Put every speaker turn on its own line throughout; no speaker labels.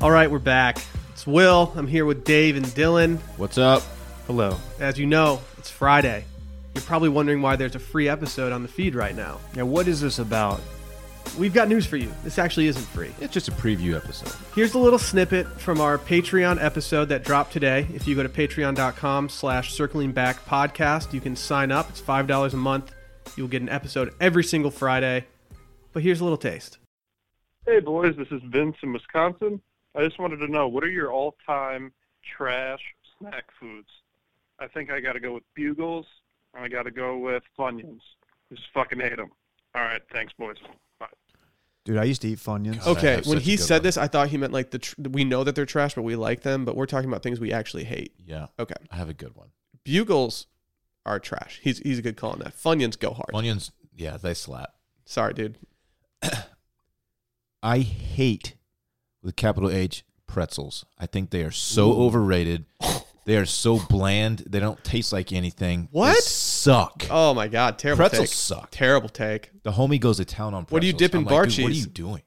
All right, we're back. It's Will. I'm here with Dave and Dylan.
What's up?
Hello. As you know, it's Friday. You're probably wondering why there's a free episode on the feed right now.
Yeah, what is this about?
We've got news for you. This actually isn't free.
It's just a preview episode.
Here's a little snippet from our Patreon episode that dropped today. If you go to patreon.com slash circling back podcast, you can sign up. It's $5 a month. You'll get an episode every single Friday. But here's a little taste.
Hey boys, this is Vince in Wisconsin. I just wanted to know what are your all-time trash snack foods? I think I got to go with bugles, and I got to go with Funyuns. Just fucking hate them. All right, thanks boys. Bye.
Dude, I used to eat Funyuns.
Oh.
Okay,
that's
when
such a
he
good
said
one.
this, I thought he meant like the tr- we know that they're trash, but we like them. But we're talking about things we actually hate.
Yeah,
Okay,
I have a good one.
bugles are trash. He's he's a good call on that. Funyuns go hard.
Onions, yeah, they slap.
Sorry, dude.
I hate with capital H pretzels. I think they are so overrated. They are so bland. They don't taste like anything. They
What?
suck?
Oh my god, terrible
pretzels
take.
suck.
Terrible take.
The homie goes to town on pretzels.
What do you dip in
I'm
bar
like, "Dude, What are
cheese?"
you doing?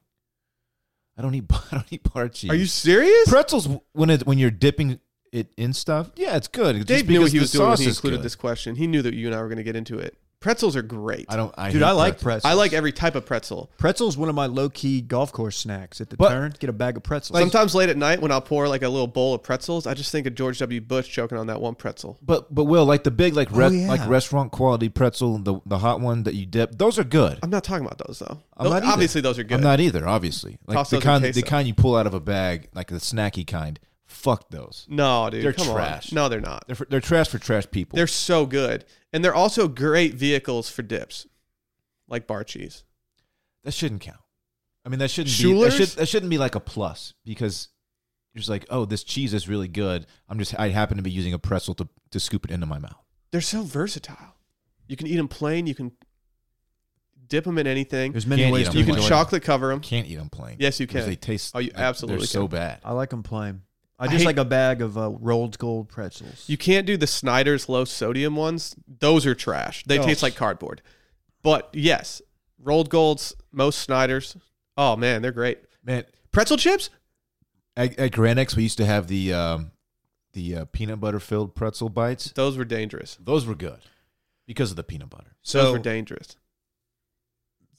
I don't eat. bar- I don't eat bar cheese.
Are you serious?
pretzels when it when you're dipping it in stuff? Yeah, it's good. Just
Dave knew
because
what he
the
was doing when
sauce
he
is
included
good.
this question. He knew that you and I were going to get into it. Pretzels are great.
I don't. I
Dude,
hate
I like
pretzels.
pretzels.
I like every type of pretzel.
pretzels. One of my low key golf course snacks at the
But-
turn. Get a bag of pretzels.
Sometimes late at night when I'll pour like a little bowl of pretzels, I just think of George W. Bush choking on that one pretzel.
But but Will, like the big like re-
Oh, yeah.
like restaurant quality pretzel, the the hot one that you dip, those are good.
I'm not talking about those though.
I'm
Those-
not either.
obviously, those are good.
I'm not either, obviously. Like
Toss
the
those in
kind the
queso.
kind you pull out of a bag, like the snacky kind. Fuck those.
no, dude,
They're
come
trash.
on. No, they're not.
They're for, they're trash for trash people.
They're so good, and they're also great vehicles for dips, like bar cheese.
that shouldn't count. I mean, that shouldn't
Schuler's?
be that, should, that shouldn't be like a plus because you're just like, oh, this cheese is really good. I'm just I happen to be using a pretzel to to scoop it into my mouth.
They're so versatile. You can eat them plain. You can dip them in anything.
There's many
Can't
ways to
eat 'em.
You
eat
can
them.
plain.
chocolate cover them.
Can't eat them plain.
Yes, you
because
can.
they taste.
Oh, you
like,
absolutely
They're so
can.
bad.
I like them plain. I
I
just
hate-
like a bag of uh, rolled gold pretzels.
You can't do the Snyder's low sodium ones. Those are trash. They
Oh.
taste like cardboard. But yes, rolled golds, most Snyder's. Oh man, they're great.
Man,
Pretzel chips?
At, at Grand X, we used to have the um, the uh, peanut butter filled pretzel bites.
Those were dangerous.
Those were good because of the peanut butter.
Those
so
were dangerous.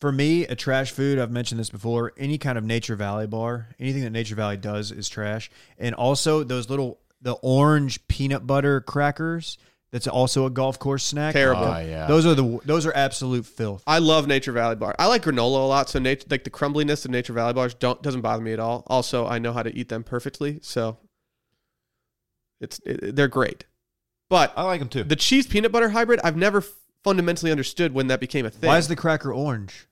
for me, a trash food. I've mentioned this before. Any kind of Nature Valley bar, anything that Nature Valley does is trash. And also those little the orange peanut butter crackers. That's also a golf course snack. Uh,
Terrible.
Ah, yeah.
Those are the those are absolute filth.
I love Nature Valley Bar. I like granola a lot, so nat- like the crumbliness of Nature Valley bars don't doesn't bother me at all. Also, I know how to eat them perfectly, so it's it, they're great. But
I like them too.
the cheese peanut butter hybrid, I've never fundamentally understood when that became a thing.
Why is the cracker orange?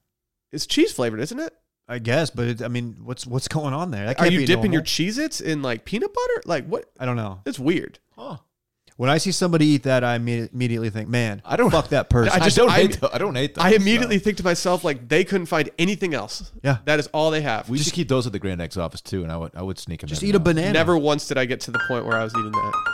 it's cheese flavored, isn't it?
I guess, but it, I mean, what's what's going on there? That
Are
can't
you
be
dipping your
normal.
Cheez Its in like peanut butter? Like what?
I don't know.
It's weird.
Huh.
When I see somebody eat that, I imme- immediately think, man,
I don't
fuck that person.
I
I
just
just-
don't
I-
hate. Those. I don't hate those.
I
uh,
immediately
so.
think to myself, like, they couldn't find anything else.
Yeah.
That is all they have.
we just keep those at the Grand X office too, and I would I would sneak them.
just
every
eat a
now and
banana.
Never once did I get to the point where I was eating that.